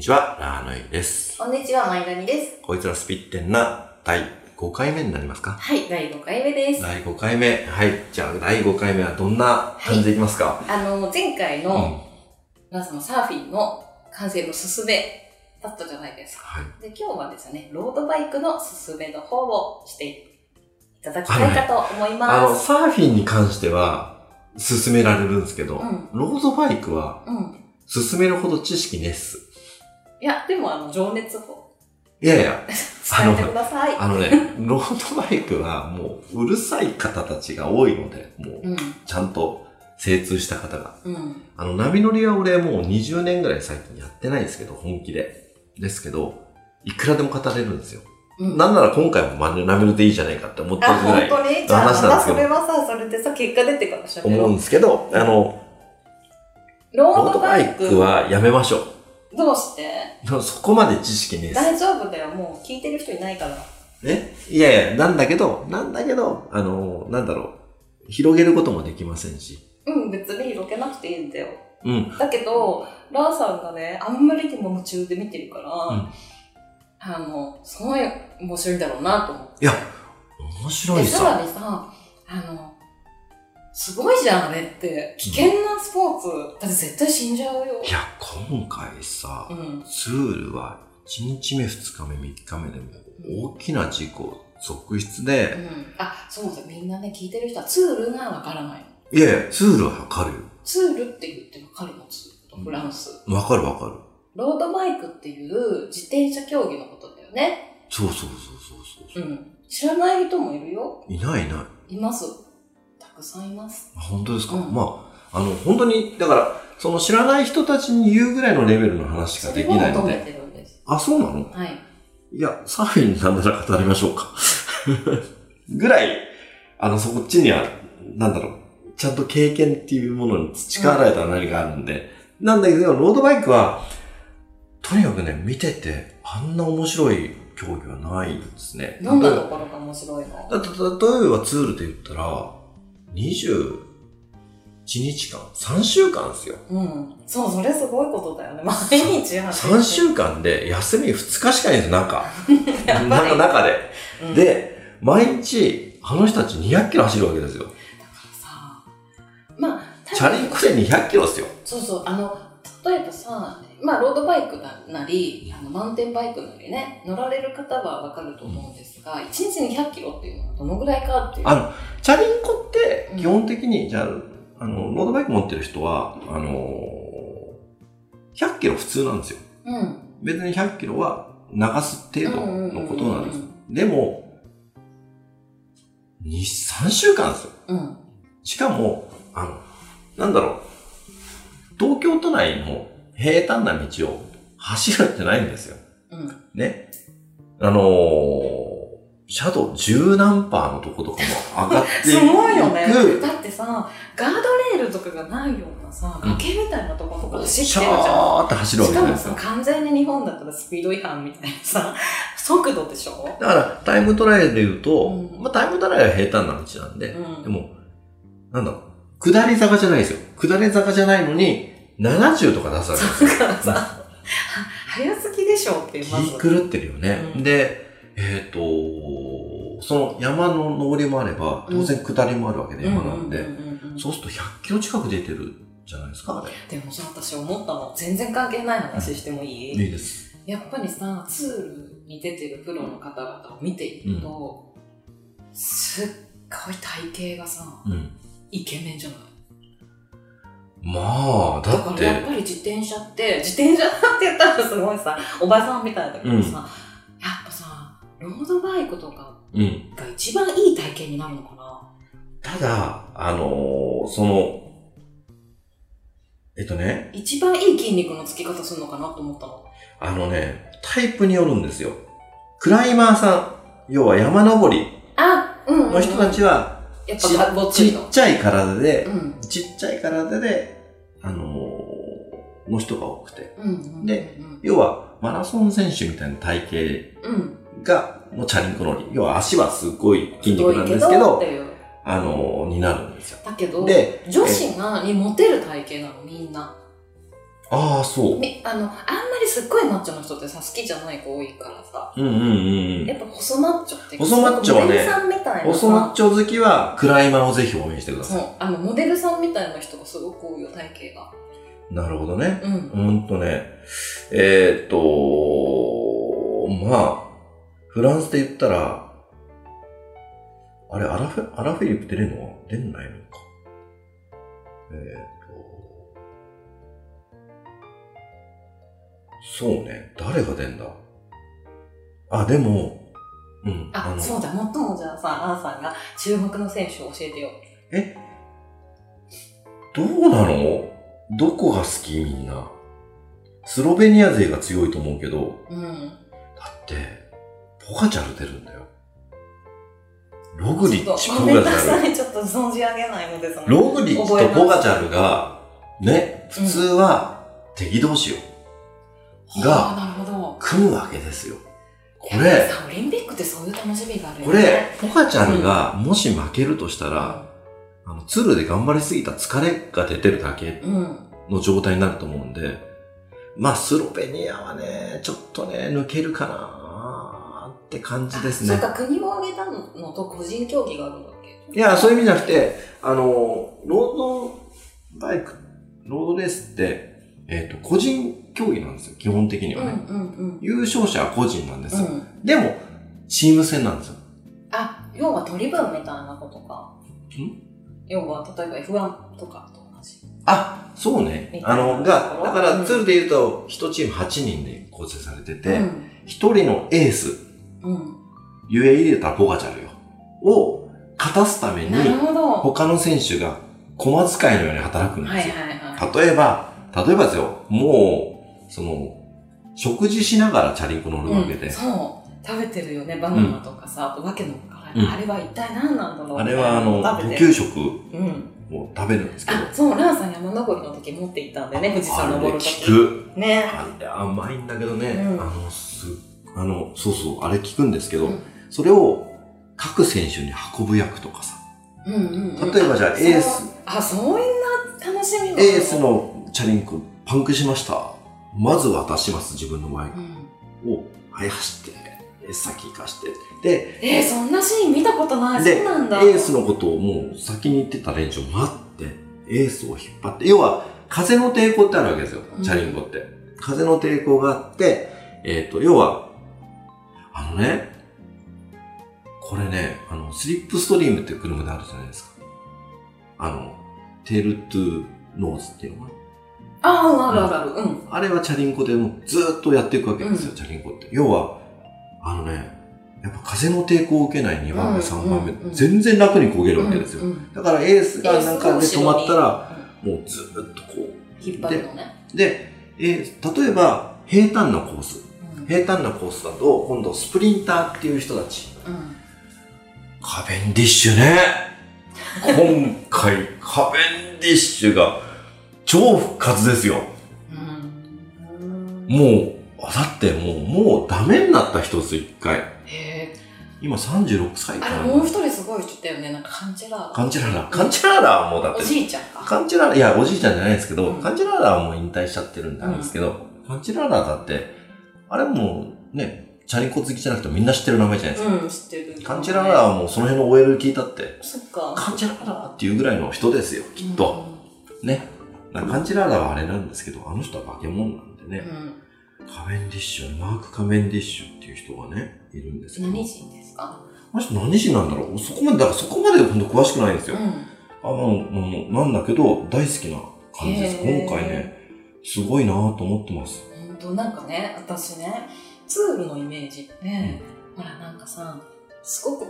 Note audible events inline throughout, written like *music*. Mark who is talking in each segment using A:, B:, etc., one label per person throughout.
A: ちは、ラーノイです。
B: こんにちは、まいなみです。
A: こいつらスピッテンな第5回目になりますか
B: はい、第5回目です。
A: 第5回目。はい。じゃあ、第5回目はどんな感じでいきますか、
B: あの、前回
A: うん。
B: の、皆さんのサーフィンの完成のすすめだったじゃないですか。
A: はい。
B: で、今日はですね、ロードバイクのすすめの方をしていただきたいかと思い
A: あの、
B: ます。
A: サーフィンに関しては、勧められるんですけど、
B: うん
A: ロードバイクは、
B: うん。
A: 勧めるほど知識ねっす。
B: いや、でもあの、情熱を
A: いやいや、
B: 伝えてください。
A: あのね、
B: *laughs*
A: ロードバイクはもううるさい方たちが多いので、もう
B: うん、
A: ちゃんと精通した方が。
B: うん、
A: あの、波乗りは俺もう20年ぐらい最近やってないですけど、本気で。ですけど、いくらでも語れるんですよ。
B: うん。
A: なんなら今回もま波乗りでいいじゃないかって思ってる
B: あ、
A: ぐら
B: 本
A: い
B: 当にじゃあ、ま
A: 話なんで
B: た
A: すけ
B: そ
A: ど
B: れはさ、それでさ、結果出てからしゃべ
A: 思う
B: ろ
A: ん
B: う。
A: ですけど、あの、
B: ロ
A: ロ
B: ー
A: ー
B: ド
A: ド
B: バ
A: バ
B: イ
A: イ
B: ク
A: クはやめましょ
B: どうして
A: う。そこまで知識ねえっす。
B: 大丈夫だよ、もう聞いてる人いないから。
A: ねいやいや、なんだけど、なんだけど、あの、なんだろう。広げることもできませんし。
B: うん、別に広げなくていいんだよ。
A: うん。
B: だけど、ラーさんがね、あんまりにも夢中で見てるから、
A: ん
B: あの、すごい面白いんだろうなと思って。
A: いや、面白い
B: で、さ
A: さ。
B: らにさ、あの、すごいじゃん、あれって。危険なスポーツ。だって絶対死んじゃうよ
A: い。や、今回さ、
B: うん。
A: ツールは1日目、2日目、3日目でも大きな事故続出
B: う
A: で、
B: ん。あ、そうだ、みんなね、聞いてる人はツールがわからない。
A: いやいや、ツールはわかるよ。
B: ツールって言ってわかるの、ツールと
A: うん
B: フランス。
A: わかるわかる。
B: ロードバイクっていう自転車競技のことだよね。
A: そうそうそうそうそうう、
B: ん。知らない人もいるよ。
A: いないいない。
B: います。たくさんいます。
A: あ本当ですか、
B: うん
A: まあ、あの、本当に、だから、その知らない人たちに言うぐらいのレベルの話しか
B: そ
A: で
B: れ
A: き
B: を
A: ないの
B: 求め
A: で。
B: てるんです。
A: あ、そうなの
B: はい。
A: いや、サーフィンなんなら語りましょうか。 *laughs* ぐらい、あの、そこっちには、なんだろう、ちゃんと経験っていうものに培われた何かあるんで、なんだけど、ロードバイクは、とにかくね、見てて、あんな面白い競技はないんですね。
B: どんな
A: 例えば
B: ところが面白いの
A: だって例えばツールで言ったら、21日間、3週間ですよ。
B: うん。そう、それすごいことだよね。毎日話してる
A: 3週間で休み2日しかないんですよ、中。
B: *laughs* やばい
A: 中、中で。
B: うんだか
A: で、毎日、あの人たち200キロ走るわけですよ。
B: らさ、まあ、
A: チャリンコで200キロですよ。
B: そうそう、あの、例えばさ、まあ、ロードバイクなり、あのマウンテンバイクなりね、乗られる方はわかると思うんですが、1日に100キロっていうのはどのぐらいかっていう。
A: あチャリンコって、基本的に、じゃあ、あの、ロードバイク持ってる人は、あのー100キロ普通なんですよ。
B: うん。
A: 別に100キロは流す程度のことなんです。
B: す。
A: でも、2、3週間ですよ。
B: うん。
A: しかも、あの、なんだろう、東京都内の平坦な道を走るんじゃないんですよ。
B: うん。
A: ね。あのー、シャドウ十何パーのとことかも上がっていく。
B: *laughs* すごいよね。だってさ、ガードレールとかがないようなさ、
A: うん
B: 崖みたいなところとか走
A: シ
B: っ
A: ャ
B: てるじゃん。
A: ーって走るわ
B: し
A: けじゃ
B: か
A: ないで
B: も
A: す
B: さ、
A: か。
B: 完全に日本だったらスピード違反みたいなさ、速度でしょ
A: だから、タイムトライアルで言うと、
B: うん
A: まあ、タイムトライアルは平坦な道なんで、
B: うん
A: でも、なんだろう、下り坂じゃないですよ。下り坂じゃないのに、70とか出すわけですよ
B: だからさ、は早すぎでしょっていう、まず。
A: 気狂ってるよね。
B: うん
A: で、えっ、と、その山の登りもあれば、当然下りもあるわけで、山なんで、
B: うんうんうんうん
A: そうすると100キロ近く出てるじゃないですか、あれ。
B: でもさ、私思ったの。全然関係ない話してもいい、
A: いいです。
B: やっぱりさ、ツールに出てるプロの方々を見ていると、すっごい体型がさ、
A: うん。
B: イケメンじゃない
A: まあ、
B: だ
A: だ
B: か
A: っ、
B: らやってぱり自転車って自転車って言ったらすごいさおばさんみたいだけどさ、やっぱさロードバイクとか
A: うん。
B: が一番いい体験になるのかな
A: ただ、あのーその、えっとね、
B: 一番いい筋肉のつき方するのかなと思ったの
A: あのね、タイプによるんですよ。クライマーさん、要は山登り
B: あうんうん、うん、
A: の人たちは、
B: やっぱがぼっち
A: ち
B: り
A: っ
B: の
A: ちゃい体で、
B: うん
A: ちっちゃい体で、あのーの人が多くて。
B: うんうん
A: で
B: うん
A: 要は、マラソン選手みたいな体
B: うん
A: 型が、もうチャリンコ乗り。要は足はすごい筋
B: 太
A: 肉
B: い
A: なんですけど、
B: っていう
A: あのーになるんですよ。
B: だけど
A: で
B: 女子がにモテる体型なのみんな
A: あああ、そう。
B: みあの、あんまりすっごいマッチョな人ってさ、好きじゃない子多いからさ、
A: うんうんうんう
B: や
A: ん。
B: っぱ細マッチョって、
A: 細マッチョはね
B: モデルさんみたいな
A: 細マッ
B: さ、
A: チョ好きは、クライマーをぜひ応援してくだ
B: そ
A: さ
B: う、あの、モデルさんみたいな人がすごく多いよ、体型が。
A: い。なるほどね。
B: うん。
A: ほんとね。えー、っと、まあ、フランスで言ったら、あれ、アラフェ、アラフィリップ出れんの出んないのか。えー、っと、そうね。誰が出んだあ、でも、うん。
B: あ、
A: の
B: そうだ、もっともじゃあさ、アンさんが注目の選手を教えてよ。
A: どうなのどこが好きみんな。スロベニア勢が強いと思うけど、
B: うん。
A: だって、ポカチャル出るんだよ。ログリッチ、
B: ちょっ
A: ポ
B: と、ごめん
A: カ
B: な
A: チャル。
B: さい、ちょっと存じ上げないのですが。
A: ログリッチとポカチャルが、ね、
B: うん
A: 普通は敵同士をが
B: はあなるほど。
A: 組むわけですよ。こ
B: いや
A: れ、
B: さ、オリンピックってそういう楽しみがあるよ
A: これ、ポカチャルがもし負けるとしたら、あの、ツルで頑張りすぎた疲れが出てるだけ
B: うん。
A: の状態になると思うんで、まあ、スロベニアはね、ちょっとね、抜けるかなーって感じです
B: そ
A: ね
B: っ。か、国を挙げたのと個人競技があるんだっけ
A: いや、そういう意味じゃなくて、あの、ロードバイク、ロードレースって、えっ、と、個人競技なんですよ、基本的に
B: う
A: は
B: んう
A: ね。
B: んうん。
A: 優勝者は個人なんです
B: う
A: よ。
B: ん。
A: でも、チーム戦なんですよ。
B: あ、要は取り分みたいなことか。
A: ん
B: 要は、例えば F1 とかと同じ。
A: あ、そうね
B: み。たい
A: あ
B: な
A: の、が、だか
B: う
A: ら、
B: ん
A: ツールで言うと、1チーム8人で構成されてて、
B: うん。
A: 一1人のエース、
B: うん。
A: UAE で言ったらポガチャルよ。を、勝たすために、
B: なるほど。は
A: 他の選手が、駒使いのように働くん
B: い
A: です
B: は
A: よ。
B: いはい。
A: 例えば、例えばですよ、もう、その、食事しながらチャリンコ乗るわけで、
B: うんそう。食べてるよね、バナナとかさ、あとわけのわからない、
A: うん
B: あれは一体何なんだろう
A: あれはあの、
B: 食
A: 補
B: べてる
A: 給食
B: うん。
A: を食べるんですけど、
B: あ、そう、ラーさん山登りの時持っていったんでね、富士山
A: あれ
B: 登
A: 効
B: る時。
A: く。
B: ね。
A: あれ甘いんだけどね、
B: うん
A: あの、す、あの、そうそう、あれ効くんですけど、
B: うん
A: それを各選手に運ぶ役とかさ、
B: うんうんうん。
A: 例えばじゃあエース、
B: あ、そういんな楽しみもある
A: エース。のチャリンコパンクしました。まず渡します、自分のバイ
B: うん
A: クを。はい、走って、先行かして。で、
B: えー、そんなシーン見たことない。
A: で
B: そうなんだ。
A: エースのことをもう先に言ってた連中を待って、エースを引っ張って、要は風の抵抗ってあるわけですよ
B: う、ん
A: チャリンコって。風の抵抗があって、えっ、と、要は、あのね、これね、あの、スリップストリームっていう車であるじゃないですか。あの、テールトゥノーズっていうのかな。
B: ああ、あるあるある。うん。
A: あれはチャリンコでもうずーっとやっていくわけですよ、
B: うん
A: チャリンコって。要は、あのね、やっぱ風の抵抗を受けない2番目、
B: うん
A: 3番目、
B: うんうん
A: 全然楽に漕げるわけですよ。
B: うんうん
A: だからエースがなんかで
B: エース
A: 止
B: の後ろ
A: ま
B: に
A: ったら、もうずーっとこ
B: うん引っ張るのね。
A: う。で、えー例えば、平坦なコース。
B: うん
A: 平坦なコースだと、今度スプリンターっていう人たち。
B: うん
A: カベンディッシュね。今
B: *laughs*
A: 回、カベンディッシュが超復活ですよ。
B: うん。
A: もう、あだってもう、もうダメになった人です、一回。
B: へえ。
A: 今36歳か
B: あれ、
A: な
B: もう一人すごい人だよね。なんかカンチェラー
A: カンチラーラ。カンチラーラはもうだっ
B: お
A: て、
B: じいちゃんか。
A: カンチラーラ、いや、おじいちゃんじゃないですけど、
B: うん
A: カンチラーラはもう引退しちゃってるんであれですけど、カンチラーラだって、あれもうね、チャリンコ好きじゃなくてみんな知ってる名前じゃないですか。
B: うん、知ってる。
A: カンチラーラはもうその辺の OL 聞いたって、
B: そっか。
A: カンチラーラっていうぐらいの人ですよ、きっと。ね。だからカンチラーラはあれなんですけど、あの人は化け物なんで
B: うん。う
A: ね、
B: ん。
A: カメンディッシュ、マーク・カメンディッシュっていう人がね、いるんですけど。
B: 何人ですか
A: あの人何人なんだろうそこまで、だからそこまで本当詳しくないんです
B: う
A: よ。
B: ん。
A: あの、うんなんだけど、大好きな感じです。
B: へー
A: 今回ね、すごいなぁと思ってます。
B: 本当なんかね私ねツールのイメージって、ねほらなんかさすごく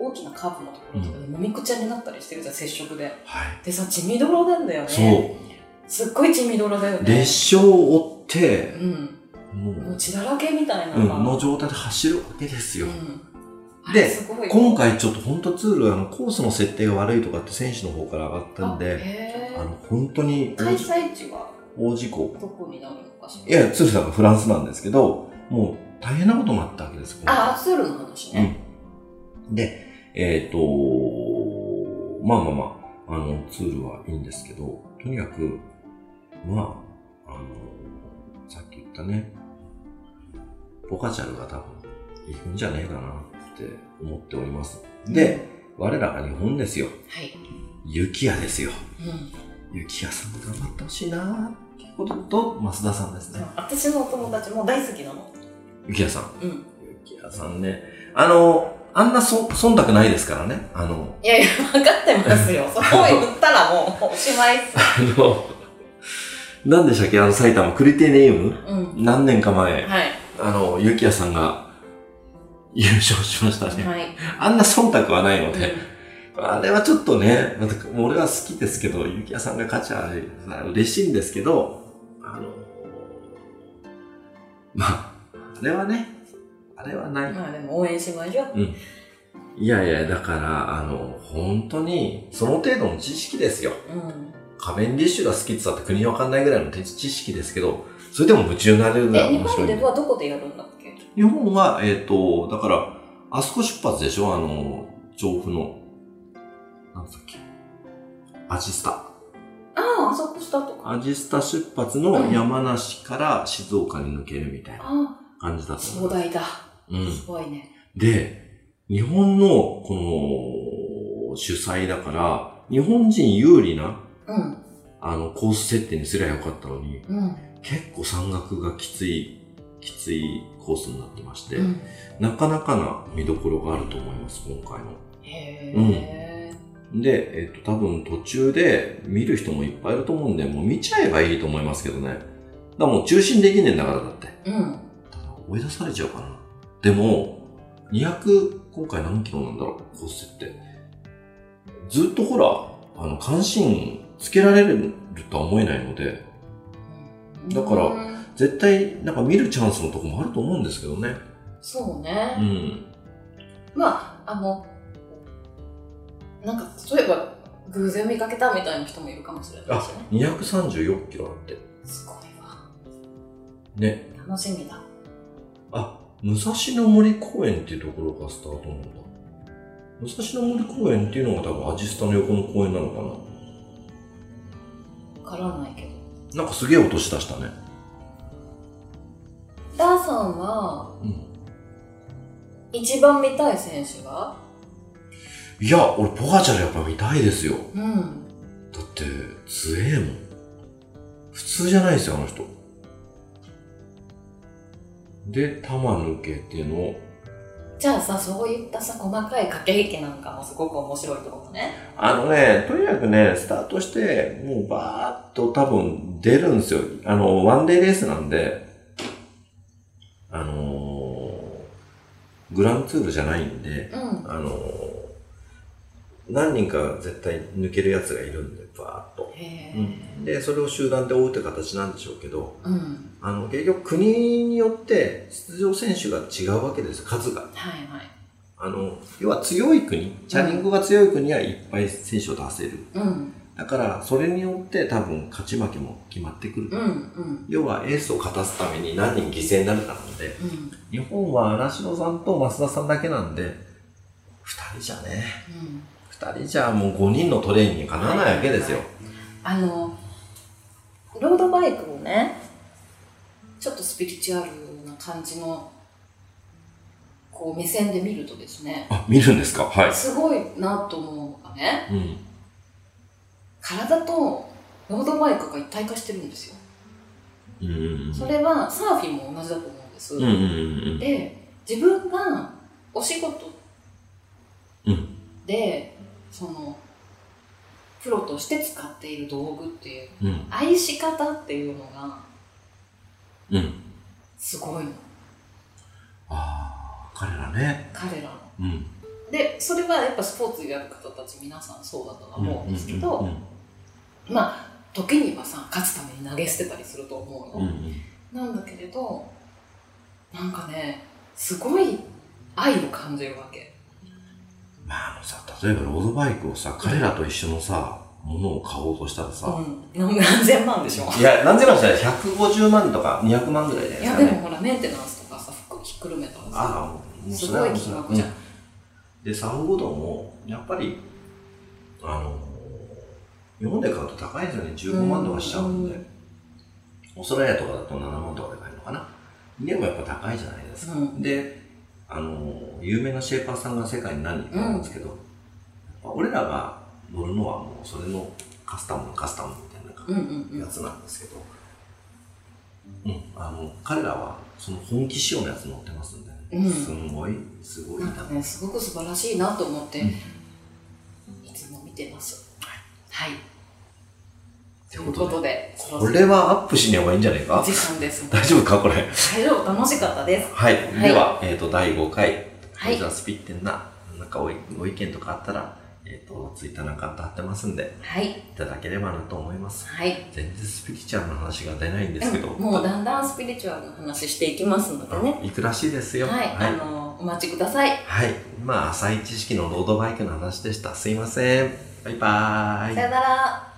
B: お大きなカーブのところとかでもみくちゃになったりしてるじゃん接触で
A: はい。
B: でさ血みどろなんだよね
A: そう
B: すっごい血みどろだよ。ね
A: 列車を追って、
B: うん
A: も
B: もう
A: う、
B: 血だらけみたいな
A: うん、
B: が
A: の状態で走るわけです
B: う
A: よ。
B: んあ
A: で
B: れすごい
A: 今回ちょっと本当ツール、あの、コースの設定が悪いとかって選手の方から上がったん
B: あ
A: で、
B: へ
A: あ
B: ー
A: の、本当に
B: 開催地は
A: 大事故。
B: どこになるのかしら
A: いや、ツールさんがフランスなんですけど、もう大変なことになったわけです。今回
B: ああツールの話ね、
A: で、えっ、とまあまあまあ、あの、ツールはいいんですけど、とにかく、まあ、あの、さっき言ったね、ボカチャルが多分行くんじゃねえかなって思っております。で、我らが日本ですよ。
B: はい。
A: 雪屋ですよ。
B: うん。
A: 雪屋さん頑張ってほしいなっていうことと、増田さんですね。
B: 私のお友達も大好きなの。
A: 雪屋さん。
B: うん。
A: 雪屋さんね。あの、あんなそ、忖度ないですからね。あの、
B: いやいや、分かってま
A: *laughs*
B: すよ。そこを言ったらもうおしまいっす。
A: あの、何でしたっけあの埼玉クリテネウム
B: うん。
A: 何年か前、
B: はい。
A: あの、ゆきやさんが優勝しましたね。
B: はい。
A: あんな忖度はないの
B: うん
A: で、あれはちょっとね、また俺は好きですけど、ゆきやさんが勝ちはさ嬉しいんですけど、あの、まあ、あれはね、あれはない。
B: まあでも応援しましょう。
A: いやいや、だから、あの、本当に、その程度の知識ですよ。
B: うん。
A: カベンディッシュが好きって言ったって国わかんないぐらいの知識ですけど、それでも夢中になれるぐら
B: え、
A: い
B: 日
A: 面白
B: 本
A: い
B: で
A: んで。
B: はどこでやるんだっけ
A: 日本は、えっ、と、だから、あそこ出発でしょあの、調布の、なんだっけ、アジスタ。
B: ああ、あそこしたとか。
A: アジスタ出発の山梨から静岡に抜けるみたいな
B: あ
A: 感じだ
B: あ、
A: と思
B: 壮
A: う。
B: 大だ。
A: うん。
B: すごいね。
A: で、日本の、この、主催だから、日本人有利な、
B: うん。
A: あの、コース設定にすりゃよかったのに、
B: うん。
A: 結構山岳がきつい、きついコースになってまして、
B: うん
A: なかなかな見どころがあると思います、今回の。
B: へえ。
A: で、えっと、多分途中で見る人もいっぱいいると思うんで、もう見ちゃえばいいと思いますけどね。だからもう中心できねえんだからだって。
B: うん。
A: ただ追い出されちゃうかな。でも、200、今回何キロなんだろう、コースって。ずっとほら、あの、関心つけられるとは思えないので、だから
B: うん
A: 絶対なんか見るチャンスのとこもあると思うんですけどね。
B: そう
A: う
B: ね。
A: ん。
B: まあ、あの、なんか、例えば、偶然見かけたみたいな人もいるかもしれないしね。
A: 234キロだって。
B: すごいわ。
A: ね。
B: 楽しみだ。
A: あ、武蔵野森公園っていうところがスタートなんだ。武蔵野森公園っていうのが多分アジスタの横の公園なのか
B: わからないけど。
A: な。なんかすげえ落とし出したね。
B: ダーさんは、
A: うん。
B: 一番見たい選手はい
A: や、俺ポガチャルやっぱ見たいですよ。
B: うん。
A: だって、強えもん。普通じゃないですよ、あの人。で、玉抜けっていうのを、
B: じゃあさ、そういったさ、細かい駆け引きなんかもすごく面白いとこね。
A: あのね、とにかくね、スタートして、もうバーッと多分出るんですよ。あの、ワンデーレースなんで、あのーグランツールじゃないんで、
B: うん。
A: あのー何人か絶対抜けるやつがいるんで、バーッと。
B: へ
A: うん、
B: え。
A: で、それを集団で追うって形なんでしょうけど、
B: うん。
A: あの、結局国によって出場選手が違うわけです、数が。
B: はいはい。
A: あの、要は強い国、チャリンコが強い国はいっぱい選手を出せる。
B: うん。
A: だから、それによって多分勝ち負けも決まってくる。
B: うん。うん。
A: 要はエースを勝たすために何人犠牲になるかなので、
B: うん。
A: 日本は荒城さんと増田さんだけなんで、二人じゃね、
B: うん。
A: 二人じゃもう五人のトレーニングにかなわないわけですよ。
B: あの、ロードバイクをね、ちょっとスピリチュアルな感じの、こう目線で見るとですね、
A: あ、見るんですかは。
B: すごいなと思うのがね、
A: うん。
B: 体とロードバイクが一体化してるんですよ。
A: うんうん
B: それはサーフィンも同じだと思うんです。
A: うん。うんうん
B: で、自分がお仕事
A: うん
B: で、その、プロとして使っている道具っていう、
A: うん。うん。
B: 愛し方っていうのが
A: うん。
B: すごいの。
A: ああ、彼らね。
B: 彼らの。
A: うん。
B: でそれはやっぱスポーツやる方たち皆さんそうだとは思うんですけど、
A: うん
B: まあ時にはさ勝つために投げ捨てたりすると思う
A: うんう
B: の、
A: ん
B: なんだけれどなんかねすごい愛を感じるわけ
A: まああのさ、例えばロードバイクをさ、彼らと一緒のさ、ものを買おうとしたらさ、
B: うんなん何千万でしょ
A: いや、何千万じゃない、150万とか200万ぐらいじゃ
B: い
A: ない
B: や
A: で
B: です
A: か
B: も
A: ね。
B: ほらメンテナンスとかさ服ひっくるめたらさ
A: ああ、もう
B: す
A: それ
B: ご
A: はいもう
B: 金
A: それは
B: 額じゃん、
A: で、サンゴドも、やっぱり、あの、日本で買うと高いですよね、15万とかしちゃうんで。オーストラリアとかだと7万とかで買えるのかな。でもやっぱ高いじゃないですか。
B: うん
A: で、あの、有名なシェーパーさんが世界に何人かいるんですけど、やっぱ俺らが乗るのはもうそれのカスタムのカスタムみたいな感じ
B: うんうんうん
A: やつなんですけど、うん、あの彼らはその本気仕様のやつ乗ってますんで、
B: うん
A: すんごいすごい
B: なん
A: な
B: かね、すごく素晴らしいなと思って、
A: うん
B: いつも見てます。はい。
A: て
B: とい
A: こ
B: う
A: と
B: こ
A: で
B: と
A: こ
B: で、
A: れはアップしねばいいんじゃないか
B: 時間です。
A: 大丈夫かこれ
B: 大丈夫、楽しかったです。
A: はい、
B: い
A: では、えー、と第5回
B: はい
A: じゃあスピッテンななんかおいご意見とかあったら、えー、とツイッターなんか貼ってますんで
B: はい。
A: いただければなと思います
B: はい。
A: 全然スピリチュアルの話が出ないんですけど、
B: うんもうだんだんスピリチュアルの話していきますのでね。
A: 行くらしいですよ
B: はい。
A: は
B: あ
A: い、
B: の、お待ちください。
A: はいまあ浅い知識のロードバイクの話でしたすいませんバイバーイ
B: さよなら。